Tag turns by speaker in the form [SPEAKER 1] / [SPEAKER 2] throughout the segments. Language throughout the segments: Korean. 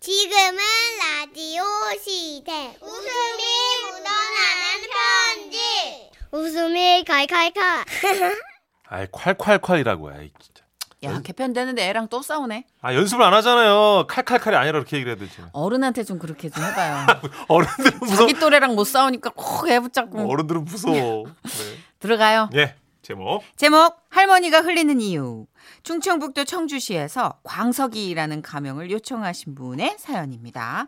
[SPEAKER 1] 지금은 라디오 시대. 웃음이 묻어나는 편지. 웃음이 칼칼칼.
[SPEAKER 2] 아이 콸콸콸이라고 아이 진짜.
[SPEAKER 3] 야 개편되는데 애랑 또 싸우네.
[SPEAKER 2] 아 연습을 안 하잖아요. 칼칼칼이 아니라 그렇게 얘기를 해야 되지.
[SPEAKER 3] 어른한테 좀 그렇게 좀 해봐요.
[SPEAKER 2] 어른들은 무서워.
[SPEAKER 3] 자기 음. 또래랑 못 싸우니까 꼭 애 붙잡고
[SPEAKER 2] 어른들은 무서워. 네.
[SPEAKER 3] 들어가요.
[SPEAKER 2] 예 제목.
[SPEAKER 3] 제목 할머니가 흘리는 이유 충청북도 청주시에서 광석이라는 가명을 요청하신 분의 사연입니다.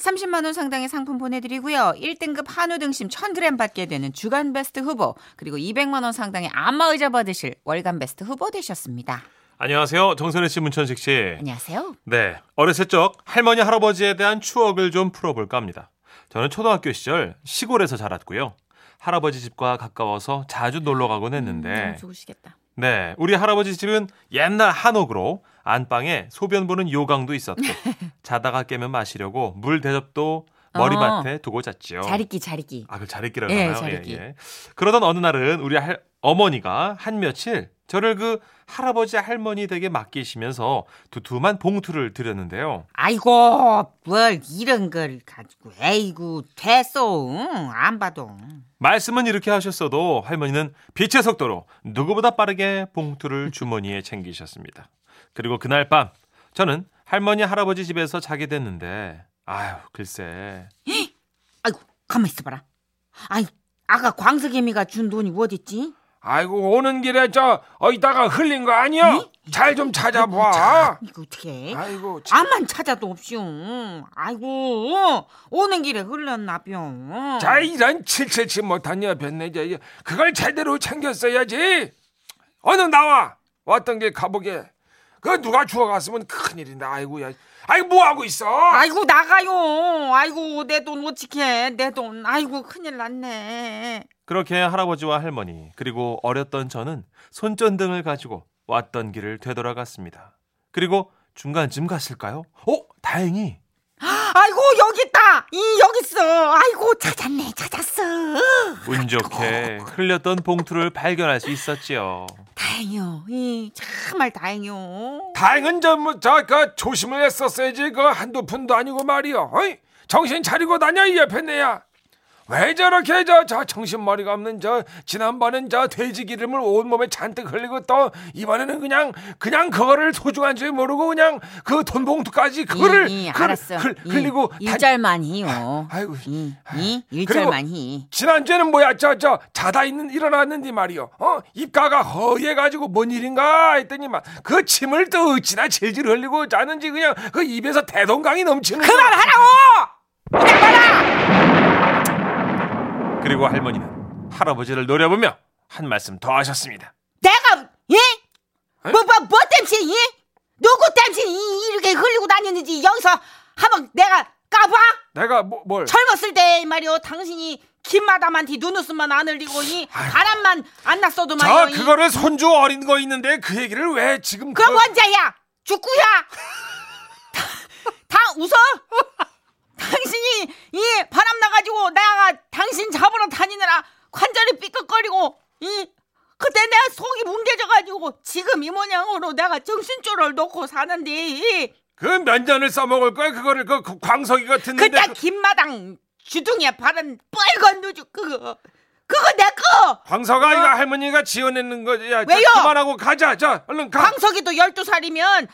[SPEAKER 3] 30만 원 상당의 상품 보내드리고요. 1등급 한우 등심 1000g 받게 되는 주간 베스트 후보 그리고 200만 원 상당의 안마의자 받으실 월간 베스트 후보 되셨습니다.
[SPEAKER 2] 안녕하세요 정선혜 씨 문천식 씨.
[SPEAKER 3] 안녕하세요.
[SPEAKER 2] 네 어렸을 적 할머니 할아버지에 대한 추억을 좀 풀어볼까 합니다. 저는 초등학교 시절 시골에서 자랐고요. 할아버지 집과 가까워서 자주 놀러 가곤 했는데
[SPEAKER 3] 너무 좋으시겠다.
[SPEAKER 2] 네, 우리 할아버지 집은 옛날 한옥으로 안방에 소변 보는 요강도 있었고 자다가 깨면 마시려고 물 대접도 머리맡에 두고 잤지요.
[SPEAKER 3] 잘 있기 잘 있기.
[SPEAKER 2] 아, 그 자리끼라고
[SPEAKER 3] 어. 예,
[SPEAKER 2] 하나요?
[SPEAKER 3] 자리끼.
[SPEAKER 2] 그러던 어느 날은 우리 할, 어머니가 한 며칠 저를 그 할아버지 할머니 댁에 맡기시면서 두툼한 봉투를 드렸는데요.
[SPEAKER 3] 아이고 뭘 이런 걸 가지고 에이구 됐어 응, 안 봐도
[SPEAKER 2] 말씀은 이렇게 하셨어도 할머니는 빛의 속도로 누구보다 빠르게
[SPEAKER 4] 음.
[SPEAKER 2] 봉투를 주머니에 챙기셨습니다. 그리고 그날 밤 저는 할머니 할아버지 집에서 자게 됐는데 아유 글쎄
[SPEAKER 3] 아이고 가만 있어봐라 아이 아까 광석애미가 준 돈이 어딨지
[SPEAKER 4] 아이고 오는 길에 저 어디다가 흘린 거 아니야? 잘 좀 찾아봐.
[SPEAKER 3] 이거 어떻게
[SPEAKER 4] 아이고 참.
[SPEAKER 3] 암만 찾아도 없이요 아이고 오는 길에 흘렀나 뿅
[SPEAKER 4] 자 이런 칠칠치 못한 여편네 이제 그걸 제대로 챙겼어야지. 어느 나와 왔던 길 가보게. 그 누가 주워갔으면 큰일인데 아이고야. 아이 뭐 하고 있어?
[SPEAKER 3] 아이고 나가요 아이고 내 돈 어찌해 내 돈 아이고 큰일 났네
[SPEAKER 2] 그렇게 할아버지와 할머니 그리고 어렸던 저는 손전등을 가지고 왔던 길을 되돌아갔습니다. 그리고 중간쯤 갔을까요? 오 다행히
[SPEAKER 3] 아이고 여기 있다 이 여기 있어 아이고 찾았네 찾았어
[SPEAKER 2] 운 좋게 흘렸던 봉투를 발견할 수 있었지요.
[SPEAKER 3] 다행이요. 이 정말 다행이요.
[SPEAKER 4] 다행은 저뭐저그 조심을 했었어야지 그 한두 푼도 아니고 말이여. 어이? 정신 차리고 다녀 이 여편네야. 왜 저렇게 저 저 정신머리가 없는 저 지난번엔 저 돼지 기름을 온몸에 잔뜩 흘리고 또 이번에는 그냥 그냥 그거를 소중한 줄 모르고 그냥 그 돈봉투까지 그거를
[SPEAKER 3] 이, 이,
[SPEAKER 4] 그걸
[SPEAKER 3] 알았어.
[SPEAKER 4] 흘,
[SPEAKER 3] 이,
[SPEAKER 4] 흘리고 다-
[SPEAKER 3] 일절만이요.
[SPEAKER 4] 아이고.
[SPEAKER 3] 이, 이
[SPEAKER 4] 그리고-
[SPEAKER 3] 일절만이.
[SPEAKER 4] 지난주에는 뭐야 저 저 자다 있는 일어났는데 말이요 어 입가가 허해가지고 뭔 일인가 했더니 막 그 침을 또 어찌나 질질 흘리고 자는지 그냥 그 입에서 대동강이 넘치는 그만하라고
[SPEAKER 2] 그리고 할머니는 할아버지를 노려보며 한 말씀 더 하셨습니다.
[SPEAKER 3] 내가 예? 뭐뭐뭐 땜시 이 누구 땜시 이 이렇게 흘리고 다녔는지 여기서 한번 내가 까봐.
[SPEAKER 4] 내가 뭐, 뭘
[SPEAKER 3] 젊었을 때 말이요. 당신이 김마담한테 눈웃음만 안 흘리고 이 바람만 안 났어도
[SPEAKER 4] 저
[SPEAKER 3] 말이요. 이-
[SPEAKER 4] 그거를 손주 어린 거 있는데 그 얘기를 왜 지금
[SPEAKER 3] 그럼 뭐-
[SPEAKER 4] 그걸-
[SPEAKER 3] 원자야 죽구야 다, 다 웃어 당신이 이 바람 나가지고 내가 당신 잡으러 다니느라 관절이 삐걱거리고 이 그때 내가 속이 뭉개져가지고 지금 이 모양으로 내가 정신줄을 놓고 사는데 이
[SPEAKER 4] 그 면전을 써먹을 거야 그거를 그, 그 광석이 같은데
[SPEAKER 3] 그때 김마당 주둥이에 바른 빨간 누주 그거 그거 내거
[SPEAKER 4] 광석아 이거 할머니가 지어내는 거지 야, 저
[SPEAKER 3] 어? 왜요?
[SPEAKER 4] 그만하고 가자 자 얼른 가
[SPEAKER 3] 광석이도 12살이면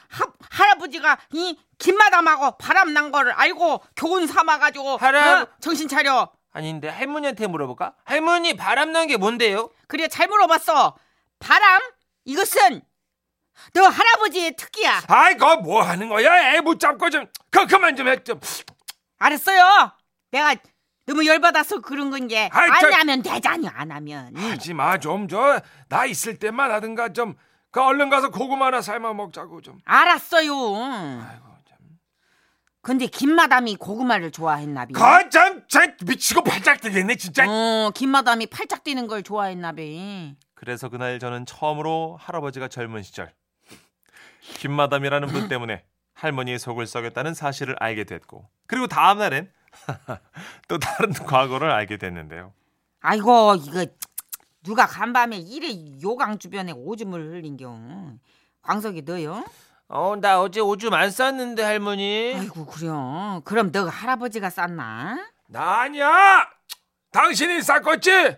[SPEAKER 3] 할아버지가 이 김마담하고 바람난 거를 알고 교훈 삼아가지고
[SPEAKER 4] 할아-
[SPEAKER 3] 어? 정신 차려
[SPEAKER 4] 아닌데 할머니한테 물어볼까 할머니 바람난 게 뭔데요
[SPEAKER 3] 그래 잘 물어봤어 바람 이것은 너 할아버지의 특기야
[SPEAKER 4] 아이 그거 뭐 하는 거야 애 붙잡고 좀그 그만 좀해좀
[SPEAKER 3] 알았어요 내가 너무 열받아서 그런 건게
[SPEAKER 4] 아이,
[SPEAKER 3] 안
[SPEAKER 4] 저-
[SPEAKER 3] 하면 되잖니 안 하면
[SPEAKER 4] 하지 마 좀 저 나 있을 때만 하든가 좀 그 얼른 가서 고구마 하나 삶아 먹자고 좀
[SPEAKER 3] 알았어요
[SPEAKER 4] 아이고 참
[SPEAKER 3] 근데 김마담이 고구마를 좋아했나비
[SPEAKER 4] 거참 쟤 미치고 발작 되겠네 진짜
[SPEAKER 3] 어 김마담이 팔짝 뛰는 걸 좋아했나비
[SPEAKER 2] 그래서 그날 저는 처음으로 할아버지가 젊은 시절 김마담이라는 분 때문에 할머니의 속을 썩였다는 사실을 알게 됐고 그리고 다음 날엔 또 다른 과거를 알게 됐는데요.
[SPEAKER 3] 아이고 이거 누가 간밤에 이래 요강 주변에 오줌을 흘린겨 광석이 너요?
[SPEAKER 2] 어, 나 어제 오줌 안 쌌는데 할머니.
[SPEAKER 3] 아이고 그래요. 그럼 너가 할아버지가 쌌나?
[SPEAKER 4] 나 아니야. 당신이 쌌겠지?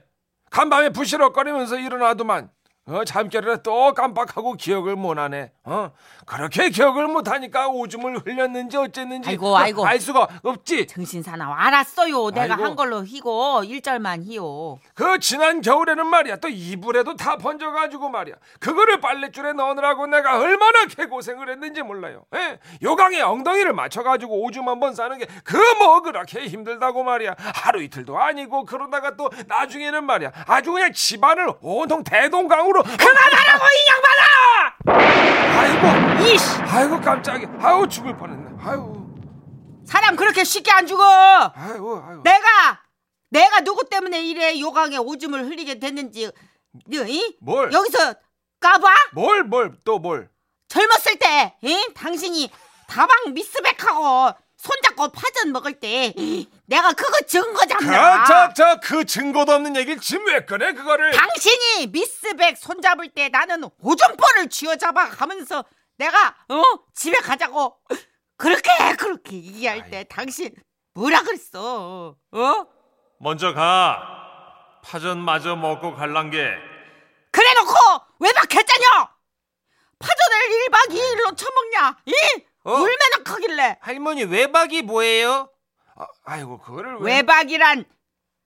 [SPEAKER 4] 간밤에 부시럭거리면서 일어나더만. 어, 잠결에 또 깜빡하고 기억을 못하네. 어, 그렇게 기억을 못하니까 오줌을 흘렸는지 어쨌는지
[SPEAKER 3] 아이고, 아이고.
[SPEAKER 4] 알 수가 없지.
[SPEAKER 3] 정신 사나워. 알았어요. 내가
[SPEAKER 4] 아이고.
[SPEAKER 3] 한 걸로 희고 일절만 희요.
[SPEAKER 4] 그 지난 겨울에는 말이야 또 이불에도 다 번져가지고 말이야 그거를 빨랫줄에 넣느라고 내가 얼마나 개고생을 했는지 몰라요 예? 요강에 엉덩이를 맞춰가지고 오줌 한 번 싸는 게 그 뭐 그렇게 힘들다고 말이야 하루 이틀도 아니고 그러다가 또 나중에는 말이야 아주 그냥 집안을 온통 대동강으로 그만하라고 이 양반아 아이고
[SPEAKER 3] 이씨.
[SPEAKER 4] 아이고 깜짝이야 아이고 죽을 뻔했네 아이고
[SPEAKER 3] 사람 그렇게 쉽게 안 죽어.
[SPEAKER 4] 아이고
[SPEAKER 3] 네.
[SPEAKER 4] 아이고
[SPEAKER 3] 내가 내가 누구 때문에 이래 요강에 오줌을 흘리게 됐는지 너, 이?
[SPEAKER 4] 뭘?
[SPEAKER 3] 여기서 까봐?
[SPEAKER 4] 뭘 뭘 또뭘
[SPEAKER 3] 젊었을 때 이? 당신이 다방 미스백하고 손잡고 파전 먹을 때 이, 내가 그거 증거 잡냐?
[SPEAKER 4] 그렇죠. 저저그 증거도 없는 얘기를 지금 왜 꺼내 그거를
[SPEAKER 3] 당신이 미스백 손잡을 때 나는 오줌포를 쥐어잡아 가면서 내가 어 집에 가자고 그렇게 그렇게 얘기할 때 당신 뭐라 그랬어? 어?
[SPEAKER 2] 먼저 가. 파전 마저 먹고 갈란 게.
[SPEAKER 3] 그래놓고 외박했잖여. 파전을 1박 2일로 처먹냐? 이
[SPEAKER 2] 어?
[SPEAKER 3] 얼마나 크길래?
[SPEAKER 2] 할머니 외박이 뭐예요?
[SPEAKER 4] 아, 아이고 그거를 왜
[SPEAKER 3] 외박이란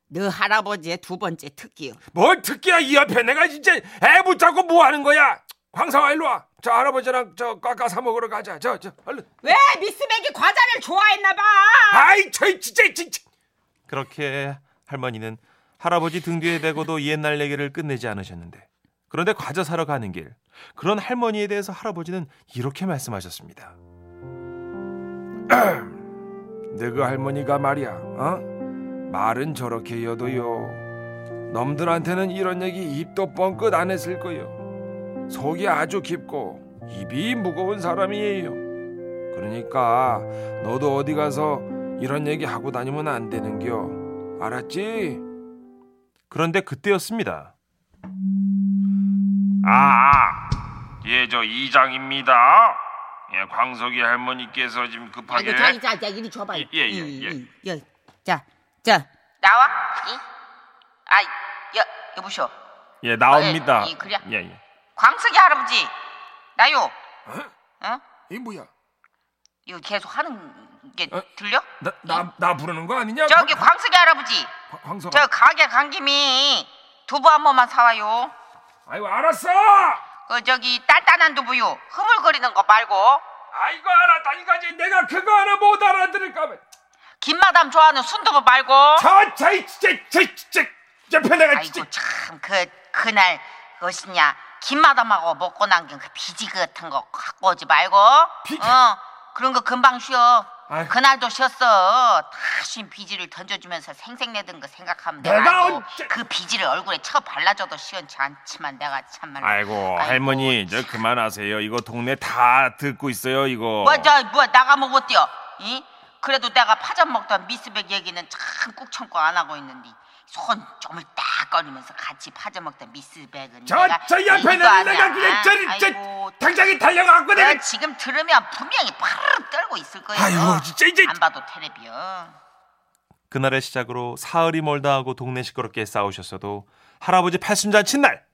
[SPEAKER 3] 너 할아버지의 두 번째 특기요.
[SPEAKER 4] 뭘 특기야 이 옆에 내가 진짜 애 붙잡고 뭐 하는 거야? 광사와 일로 와. 저 할아버지랑 저 깎아 사 먹으러 가자. 저 저 얼른.
[SPEAKER 3] 왜 미스백이 과자를 좋아했나봐?
[SPEAKER 4] 아이 저 진짜 진짜.
[SPEAKER 2] 그렇게 할머니는 할아버지 등 뒤에 대고도 옛날 얘기를 끝내지 않으셨는데 그런데 과자 사러 가는 길 그런 할머니에 대해서 할아버지는 이렇게 말씀하셨습니다.
[SPEAKER 4] 너그 할머니가 말이야. 어? 말은 저렇게 여도요. 놈들한테는 이런 얘기 입도 뻥끗 안 했을 거요. 속이 아주 깊고 입이 무거운 사람이에요. 그러니까 너도 어디 가서 이런 얘기 하고 다니면 안 되는겨. 알았지?
[SPEAKER 2] 그런데 그때였습니다.
[SPEAKER 4] 아, 예, 저 이장입니다. 예, 광석이 할머니께서 지금 급하게
[SPEAKER 3] 그 아이고 자기 자자 이리 줘봐.
[SPEAKER 4] 예, 예, 예, 예.
[SPEAKER 3] 자자 나와. 이? 아이 여 여보쇼.
[SPEAKER 2] 예 나옵니다.
[SPEAKER 3] 어, 예, 예, 그래요?
[SPEAKER 2] 예, 예.
[SPEAKER 3] 광석이 할아버지 나요. 어?
[SPEAKER 4] 이 뭐야?
[SPEAKER 3] 이거 계속 하는 게
[SPEAKER 4] 어?
[SPEAKER 3] 들려?
[SPEAKER 4] 나나
[SPEAKER 5] 예?
[SPEAKER 4] 나 부르는 거 아니냐?
[SPEAKER 3] 저기 광석이 할아버지
[SPEAKER 4] 광- 광석아.
[SPEAKER 3] 저 가게 간 김에 두부 한 번만 사와요.
[SPEAKER 4] 아이고 알았어.
[SPEAKER 3] 그 저기 단단한 두부요. 흐물거리는 거 말고
[SPEAKER 4] 아이고 알았다니까 이제 내가 그거 하나 못 알아들을까봐.
[SPEAKER 3] 김마담 좋아하는 순두부 말고.
[SPEAKER 4] 저저이 진짜 저 진짜 옆에 내가 진짜.
[SPEAKER 5] 어? 아이고 참 그 그날 그것이냐 김마담하고 먹고 남긴 그 비지 같은 거 갖고 오지 말고
[SPEAKER 4] 비지?
[SPEAKER 5] 어 그런 거 금방 쉬어
[SPEAKER 4] 아이.
[SPEAKER 5] 그날도 쉬었어 다시 비지를 던져주면서 생색내던 거 생각하면 내가,
[SPEAKER 4] 내가
[SPEAKER 5] 아주
[SPEAKER 4] 언제-
[SPEAKER 5] 그 비지를 얼굴에 쳐 발라줘도 시원치 않지만 내가 참말로
[SPEAKER 2] 아이고
[SPEAKER 5] 아이고,
[SPEAKER 2] 할머니 저 그만하세요. 이거 동네 다 듣고 있어요. 이거.
[SPEAKER 5] 뭐야 뭐 나가 먹었대요 이? 그래도 내가 파전 먹던 미스백 얘기는 참 꾹 참고 안 하고 있는데 손 좀을 딱 꺼리면서 같이 파전 먹던 미스백은 내가
[SPEAKER 4] 저저 옆에
[SPEAKER 5] 일도
[SPEAKER 4] 내가
[SPEAKER 5] 안
[SPEAKER 4] 내가
[SPEAKER 5] 해.
[SPEAKER 4] 그냥 저리
[SPEAKER 5] 아이고,
[SPEAKER 4] 저 당장에 달려가고
[SPEAKER 5] 내가
[SPEAKER 4] 내가.
[SPEAKER 5] 지금 들으면 분명히 파르르 떨고 있을 거예요
[SPEAKER 4] 아이고 진짜 이제.
[SPEAKER 5] 안 봐도 테레비요
[SPEAKER 2] 그날의 시작으로 사흘이 멀다 하고 동네 시끄럽게 싸우셨어도 할아버지 팔순잔치 날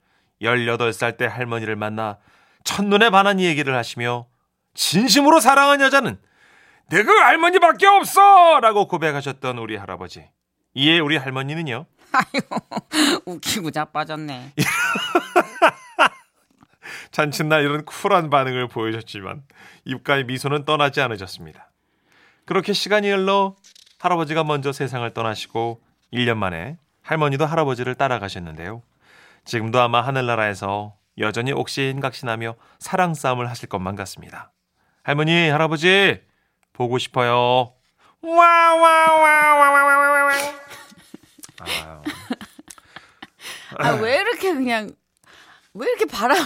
[SPEAKER 2] 18살 때 할머니를 만나 첫눈에 반한 이 얘기를 하시며 진심으로 사랑한 여자는
[SPEAKER 4] 내가 그 할머니밖에 없어.
[SPEAKER 2] 라고 고백하셨던 우리 할아버지. 이에 우리 할머니는요.
[SPEAKER 3] 웃기고 자빠졌네.
[SPEAKER 2] 잔칫날 이런 쿨한 반응을 보여줬지만 입가의 미소는 떠나지 않으셨습니다. 그렇게 시간이 흘러 할아버지가 먼저 세상을 떠나시고 1년 만에 할머니도 할아버지를 따라가셨는데요. 지금도 아마 하늘나라에서 여전히 옥신각신하며 사랑 싸움을 하실 것만 같습니다. 할머니, 할아버지 보고 싶어요. 와와와와와와와. 아유, 네.
[SPEAKER 3] 아 왜 이렇게 그냥 왜 이렇게 바람?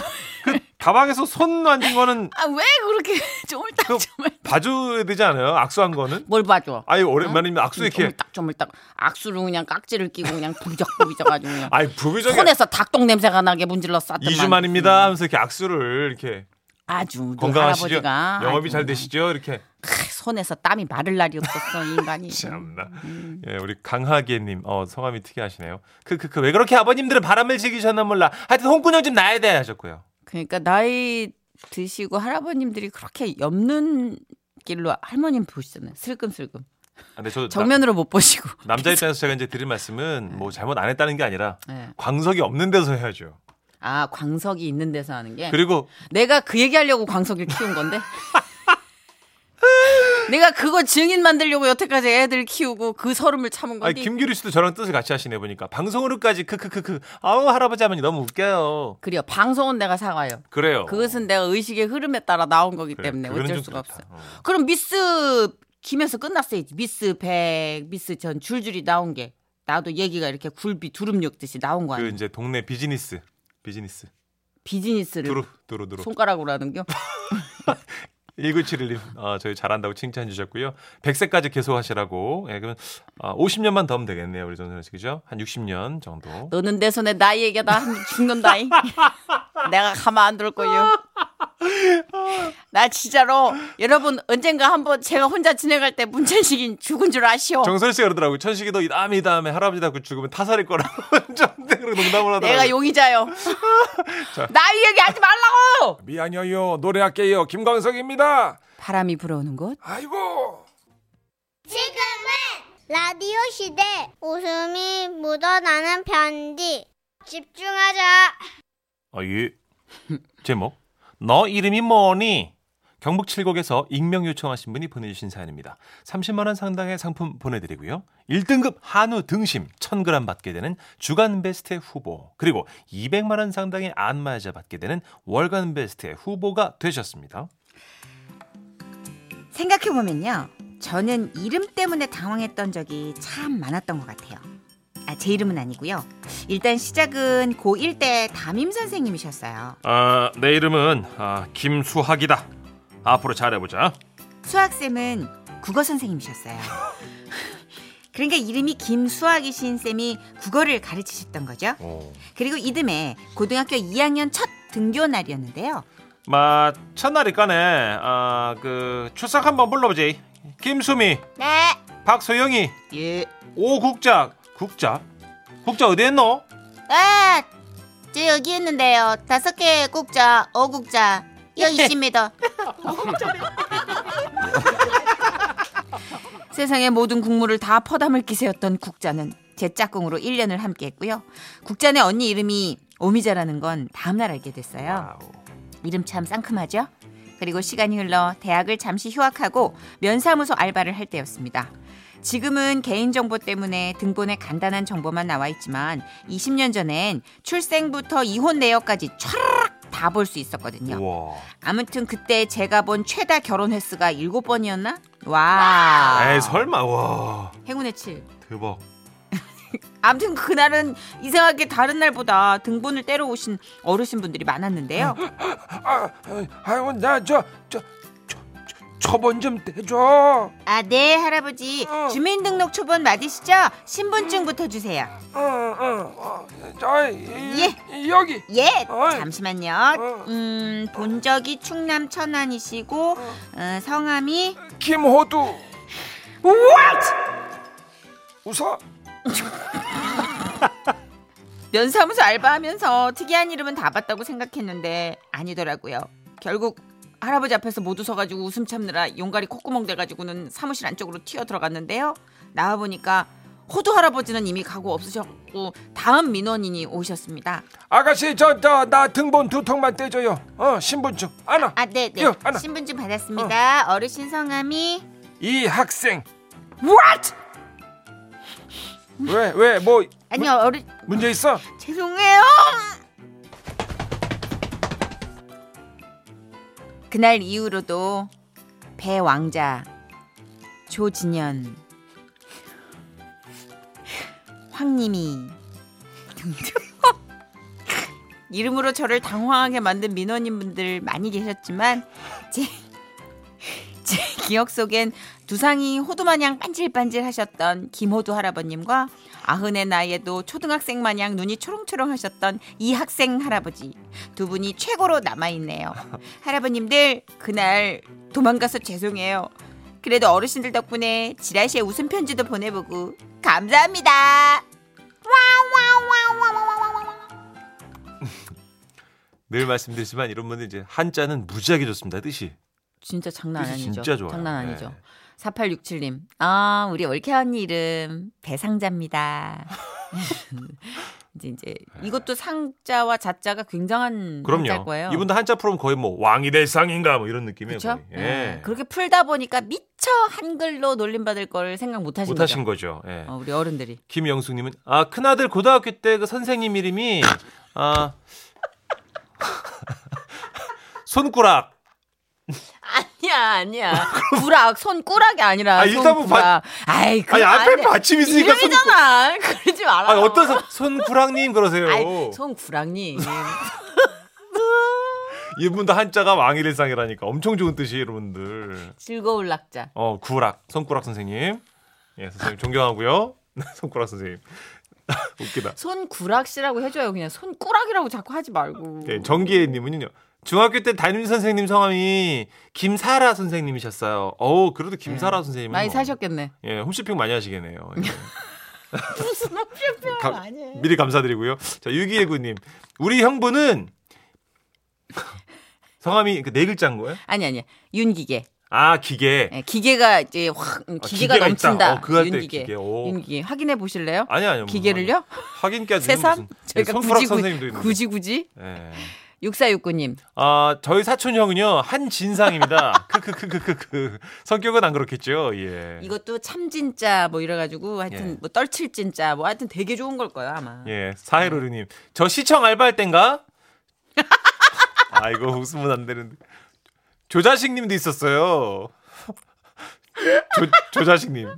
[SPEAKER 2] 다방에서 손 만진 거는
[SPEAKER 3] 아왜 그렇게
[SPEAKER 2] 그-
[SPEAKER 3] 조물딱조물?
[SPEAKER 2] 봐줘야 되지 않아요? 악수한 거는?
[SPEAKER 3] 뭘 봐줘? 음,
[SPEAKER 2] 아이 오랜만에 악수 이렇게
[SPEAKER 3] 조물딱조물딱 악수로 그냥 깍지를 끼고 그냥 부비적부비적 아주 그냥
[SPEAKER 2] 아이 부비적인
[SPEAKER 3] 손에서 닭똥 냄새가 나게 문질러 쌌더만.
[SPEAKER 2] 2주 만입니다 하면서 이렇게 악수를 이렇게
[SPEAKER 3] 아주 음. 그
[SPEAKER 2] 건강하시죠?
[SPEAKER 3] 할아버지가
[SPEAKER 2] 영업이
[SPEAKER 3] 아주
[SPEAKER 2] 잘 되시죠? 이렇게
[SPEAKER 3] 크, 손에서 땀이 마를 날이 없었어 이 인간이.
[SPEAKER 2] 참나.
[SPEAKER 3] 음.
[SPEAKER 2] 예, 우리 강하계님, 어 성함이 특이하시네요. 크크크. 왜 그렇게 아버님들은 바람을 즐기셨나 몰라. 하여튼 홍군형 좀 나야 돼 하셨고요.
[SPEAKER 3] 그러니까 나이 드시고 할아버님들이 그렇게 엽는 길로 할머님 보시잖아요. 슬금슬금
[SPEAKER 2] 아, 근데 저도 나-
[SPEAKER 3] 정면으로 못 보시고.
[SPEAKER 2] 남자 입장에서 제가 이제 드린 말씀은 뭐 잘못 안 했다는 게 아니라
[SPEAKER 3] 네.
[SPEAKER 2] 광석이 없는 데서 해야죠.
[SPEAKER 3] 아 광석이 있는 데서 하는 게.
[SPEAKER 2] 그리고
[SPEAKER 3] 내가 그 얘기하려고 광석이를 키운 건데. 내가 그거 증인 만들려고 여태까지 애들 키우고 그 서름을 참은
[SPEAKER 2] 아니,
[SPEAKER 3] 건데.
[SPEAKER 2] 김규리 씨도 저랑 뜻을 같이 하시네 보니까 방송으로까지 크크크크 아우 할아버지 할머니 너무 웃겨요.
[SPEAKER 3] 그래요. 방송은 내가 사과요.
[SPEAKER 2] 그래요.
[SPEAKER 3] 그것은 내가 의식의 흐름에 따라 나온 거기
[SPEAKER 2] 그래,
[SPEAKER 3] 때문에
[SPEAKER 2] 그거는
[SPEAKER 3] 어쩔
[SPEAKER 2] 좀
[SPEAKER 3] 수가
[SPEAKER 2] 그렇다.
[SPEAKER 3] 없어요.
[SPEAKER 2] 어.
[SPEAKER 3] 그럼 미스 김에서 끝났어야지. 미스 백, 미스 전 줄줄이 나온 게 나도 얘기가 이렇게 굴비 두릅 엮듯이 나온 거
[SPEAKER 2] 그
[SPEAKER 3] 아니에요.
[SPEAKER 2] 이제 동네 비즈니스 비즈니스
[SPEAKER 3] 비즈니스를
[SPEAKER 2] 두루 두루 두루
[SPEAKER 3] 손가락으로 하는 게
[SPEAKER 2] 1971님 아, 저희 잘한다고 칭찬해 주셨고요. 100세까지 계속하시라고. 예, 그러면 아, 50년만 더 하면 되겠네요. 우리 전선생 그죠? 한 60년 정도.
[SPEAKER 3] 너는 내 손에 나이 얘기하다 한번 죽는다잉. 내가 가만 안 둘 거요. 나 진짜로 여러분 언젠가 한번 제가 혼자 지내갈 때 문천식이 죽은 줄 아시오.
[SPEAKER 2] 정선 씨가 그러더라고요. 천식이도 이 다음에 이 다음에 할아버지 닮고 죽으면 타살일 거라고 전대로 농담을 하더라고요.
[SPEAKER 3] 내가 용의자요. 나이 얘기하지 말라고.
[SPEAKER 4] 미안해요. 노래할게요. 김광석입니다.
[SPEAKER 3] 바람이 불어오는 곳.
[SPEAKER 4] 아이고.
[SPEAKER 1] 지금은 라디오 시대 웃음이 묻어나는 편지 집중하자
[SPEAKER 2] 어, 예. 제목 너 이름이 뭐니? 경북 칠곡에서 익명 요청하신 분이 보내주신 사연입니다. 30만 원 상당의 상품 보내드리고요. 1등급 한우 등심 1,000g 받게 되는 주간 베스트 후보 그리고 200만 원 상당의 안마의자 받게 되는 월간 베스트 후보가 되셨습니다.
[SPEAKER 6] 생각해보면요. 저는 이름 때문에 당황했던 적이 참 많았던 것 같아요. 아, 제 이름은 아니고요. 일단 시작은 고1 때 담임 선생님이셨어요.
[SPEAKER 2] 아, 내 이름은 김수학이다. 앞으로 잘해보자.
[SPEAKER 6] 수학쌤은 국어 선생님이셨어요. 그러니까 이름이 김수학이신 쌤이 국어를 가르치셨던 거죠. 그리고 이듬해 고등학교 2학년 첫 등교 날이었는데요.
[SPEAKER 2] 마 첫날이까네. 아, 그 출석 한번 불러보지. 김수미,
[SPEAKER 1] 네
[SPEAKER 2] 박소영이,
[SPEAKER 3] 예.
[SPEAKER 2] 오 국자 국자 국자 어디 했노?
[SPEAKER 6] 아, 저 여기 있는데요. 다섯 개 국자, 어국자 여기 예, 있습니다.
[SPEAKER 3] 세상의 모든 국물을 다 퍼담을 기세였던 국자는 제 짝꿍으로 1년을 함께했고요. 국자네 언니 이름이 오미자라는 건 다음날 알게 됐어요. 이름 참 상큼하죠? 그리고 시간이 흘러 대학을 잠시 휴학하고 면사무소 알바를 할 때였습니다. 지금은 개인정보 때문에 등본에 간단한 정보만 나와 있지만 20년 전엔 출생부터 이혼 내역까지 촤르륵 다 볼 수 있었거든요.
[SPEAKER 2] 우와.
[SPEAKER 3] 아무튼 그때 제가 본 최다 결혼 횟수가 7번이었나? 와.
[SPEAKER 2] 에이 설마 와
[SPEAKER 3] 행운의 7.
[SPEAKER 2] 대박.
[SPEAKER 3] 아무튼 그날은 이상하게 다른 날보다 등본을 떼러 오신 어르신분들이 많았는데요.
[SPEAKER 4] 아, 아이고 나저저저 초본 좀 떼줘. 어,
[SPEAKER 6] 아, 네, 할아버지. 주민등록 초본 맞으시죠? 신분증부터 주세요.
[SPEAKER 4] 어, 어, 어, 저 이, 이- 여기.
[SPEAKER 6] 예,
[SPEAKER 4] 어이.
[SPEAKER 6] 잠시만요. 음, 본적이 충남 천안이시고 어, 성함이
[SPEAKER 4] 김호두. What? 웃어.
[SPEAKER 3] 면사무소 알바하면서 특이한 이름은 다 봤다고 생각했는데 아니더라고요. 결국 할아버지 앞에서 못 웃어가지고 웃음 참느라 용가리 콧구멍 돼가지고는 사무실 안쪽으로 튀어 들어갔는데요. 나와 보니까 호두 할아버지는 이미 가고 없으셨고 다음 민원인이 오셨습니다.
[SPEAKER 4] 아가씨 저저나 등본 두 통만 떼줘요. 어 신분증 하나.
[SPEAKER 6] 아, 네, 네.
[SPEAKER 4] 이거 예, 하나.
[SPEAKER 6] 신분증 받았습니다. 어. 르신 성함이
[SPEAKER 4] 이 학생.
[SPEAKER 3] What?
[SPEAKER 4] 왜 왜 뭐
[SPEAKER 6] 아니요, 어르
[SPEAKER 4] 문제 있어?
[SPEAKER 6] 죄송해요.
[SPEAKER 3] 그날 이후로도 배 왕자 조진현 황님이 등등 이름으로 저를 당황하게 만든 민원인분들 많이 계셨지만 제, 제
[SPEAKER 6] 기억 속엔 두상이 호두 마냥 반질반질 하셨던 김호두 할아버님과 아흔의 나이에도 초등학생 마냥 눈이 초롱초롱 하셨던 이 학생 할아버지 두 분이 최고로 남아있네요. 할아버님들 그날 도망가서 죄송해요. 그래도 어르신들 덕분에 지라시의 웃음 편지도 보내보고 감사합니다.
[SPEAKER 2] 늘 말씀드리지만 이런 분들 이제 한자는 무지하게 좋습니다. 뜻이.
[SPEAKER 6] 진짜 장난
[SPEAKER 2] 뜻이
[SPEAKER 6] 아니죠.
[SPEAKER 2] 진짜 좋아요.
[SPEAKER 6] 장난 아니죠.
[SPEAKER 2] 네.
[SPEAKER 6] 4867님. 아, 우리 올케 언니 이름 배상자입니다. 이제 이제 이것도 상자와 자자가 굉장한
[SPEAKER 2] 그럼요.
[SPEAKER 6] 한자일 거예요.
[SPEAKER 2] 이분도 한자 프로면 거의 뭐 왕이 될 상인가 뭐 이런 느낌이에요.
[SPEAKER 6] 그렇죠?
[SPEAKER 2] 거의.
[SPEAKER 3] 네.
[SPEAKER 2] 예.
[SPEAKER 6] 그렇게 풀다 보니까 미처 한글로 놀림 받을 걸 생각 못 하신
[SPEAKER 2] 못
[SPEAKER 6] 거죠.
[SPEAKER 2] 하신 거죠. 예.
[SPEAKER 6] 어, 우리 어른들이.
[SPEAKER 2] 김영숙님은 아 큰아들 고등학교 때 그 선생님 이름이 아 손꾸락
[SPEAKER 6] 아니야, 아니야. 구락, 손꾸락이 아니라
[SPEAKER 2] 아, 일단 뭐
[SPEAKER 6] 손꾸락. 아이, 그
[SPEAKER 2] 아니 앞에
[SPEAKER 6] 안에
[SPEAKER 2] 받침 있으니까 손꾸락
[SPEAKER 6] 이름이잖아. 그러지 말아.
[SPEAKER 2] 아니 어떤 손- 손꾸락님 그러세요.
[SPEAKER 6] 아이, 손구락님.
[SPEAKER 2] 이분도 한자가 왕일일상이라니까 엄청 좋은 뜻이 여러분들.
[SPEAKER 6] 즐거울 낙자.
[SPEAKER 2] 어 구락 손꾸락 선생님 예 선생님 존경하고요 손꾸락 선생님 웃기다.
[SPEAKER 6] 손구락씨라고 해줘요. 그냥 손꾸락이라고 자꾸 하지 말고.
[SPEAKER 2] 예, 정기혜님은요. 중학교 때 담임 선생님 성함이 김사라 선생님이셨어요. 어우 그래도 김사라 선생님
[SPEAKER 6] 네. 많이 사셨겠네.
[SPEAKER 2] 예, 홈쇼핑 많이 하시겠네요. 예.
[SPEAKER 6] 무슨 홈쇼핑을
[SPEAKER 2] 가-
[SPEAKER 6] 많이 해.
[SPEAKER 2] 미리 감사드리고요. 자, 6219님. 우리 형부는 성함이 그 네 글자인 거예요?
[SPEAKER 6] 아니 아니 윤기계.
[SPEAKER 2] 아, 기계.
[SPEAKER 6] 예, 기계가 이제 확 음, 기계가,
[SPEAKER 2] 아, 기계가
[SPEAKER 6] 넘친다.
[SPEAKER 2] 있다. 어, 그거 할때
[SPEAKER 6] 윤기계.
[SPEAKER 2] 기계, 오.
[SPEAKER 6] 윤기계 확인해 보실래요?
[SPEAKER 2] 아니 아니요. 무슨
[SPEAKER 6] 기계를요?
[SPEAKER 2] 말이에요. 확인까지
[SPEAKER 6] 새삼
[SPEAKER 2] 무슨- 예,
[SPEAKER 6] 저희가
[SPEAKER 2] 손가락
[SPEAKER 6] 굳이
[SPEAKER 2] 선생님도
[SPEAKER 6] 굳이,
[SPEAKER 2] 있는데.
[SPEAKER 6] 굳이 굳이
[SPEAKER 2] 예.
[SPEAKER 6] 6469님
[SPEAKER 2] 아, 저희 사촌 형은요. 한진상입니다. 크크크크크크. 성격은 안 그렇겠죠. 예.
[SPEAKER 6] 이것도 참 진짜 뭐 이래가지고 하여튼
[SPEAKER 2] 예.
[SPEAKER 6] 뭐 떨칠 진짜 뭐 하여튼 되게 좋은 걸 거예요 아마.
[SPEAKER 2] 예. 사해로리 님. 저 시청 알바할 땐가? 아, 이거 웃으면 안 되는데. 조자식 님도 있었어요. 조, 조자식 님.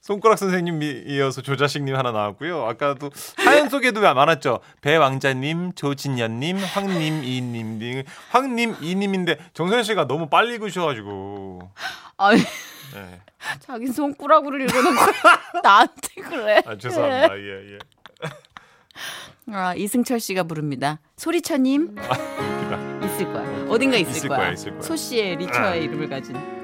[SPEAKER 2] 손가락 선생님 이어서 조자식 님 하나 나왔고요. 아까도 사연 소개도 많았죠. 배왕자 님, 조진현 님, 황님 이 님, 등 황님 이 님인데 정선 씨가 너무 빨리 읽으셔 가지고.
[SPEAKER 6] 아니
[SPEAKER 2] 예.
[SPEAKER 6] 자기 손꾸락으로 읽어놓고 나한테 그래.
[SPEAKER 2] 아, 죄송합니다. 예, 예.
[SPEAKER 6] 아, 이승철 씨가 부릅니다. 소리처님
[SPEAKER 2] 아, 웃기다.
[SPEAKER 6] 있을 거야. 어딘가 있을,
[SPEAKER 2] 있을 거야, 아. 있을 거야.
[SPEAKER 6] 소 씨의 리처의 이름을 가진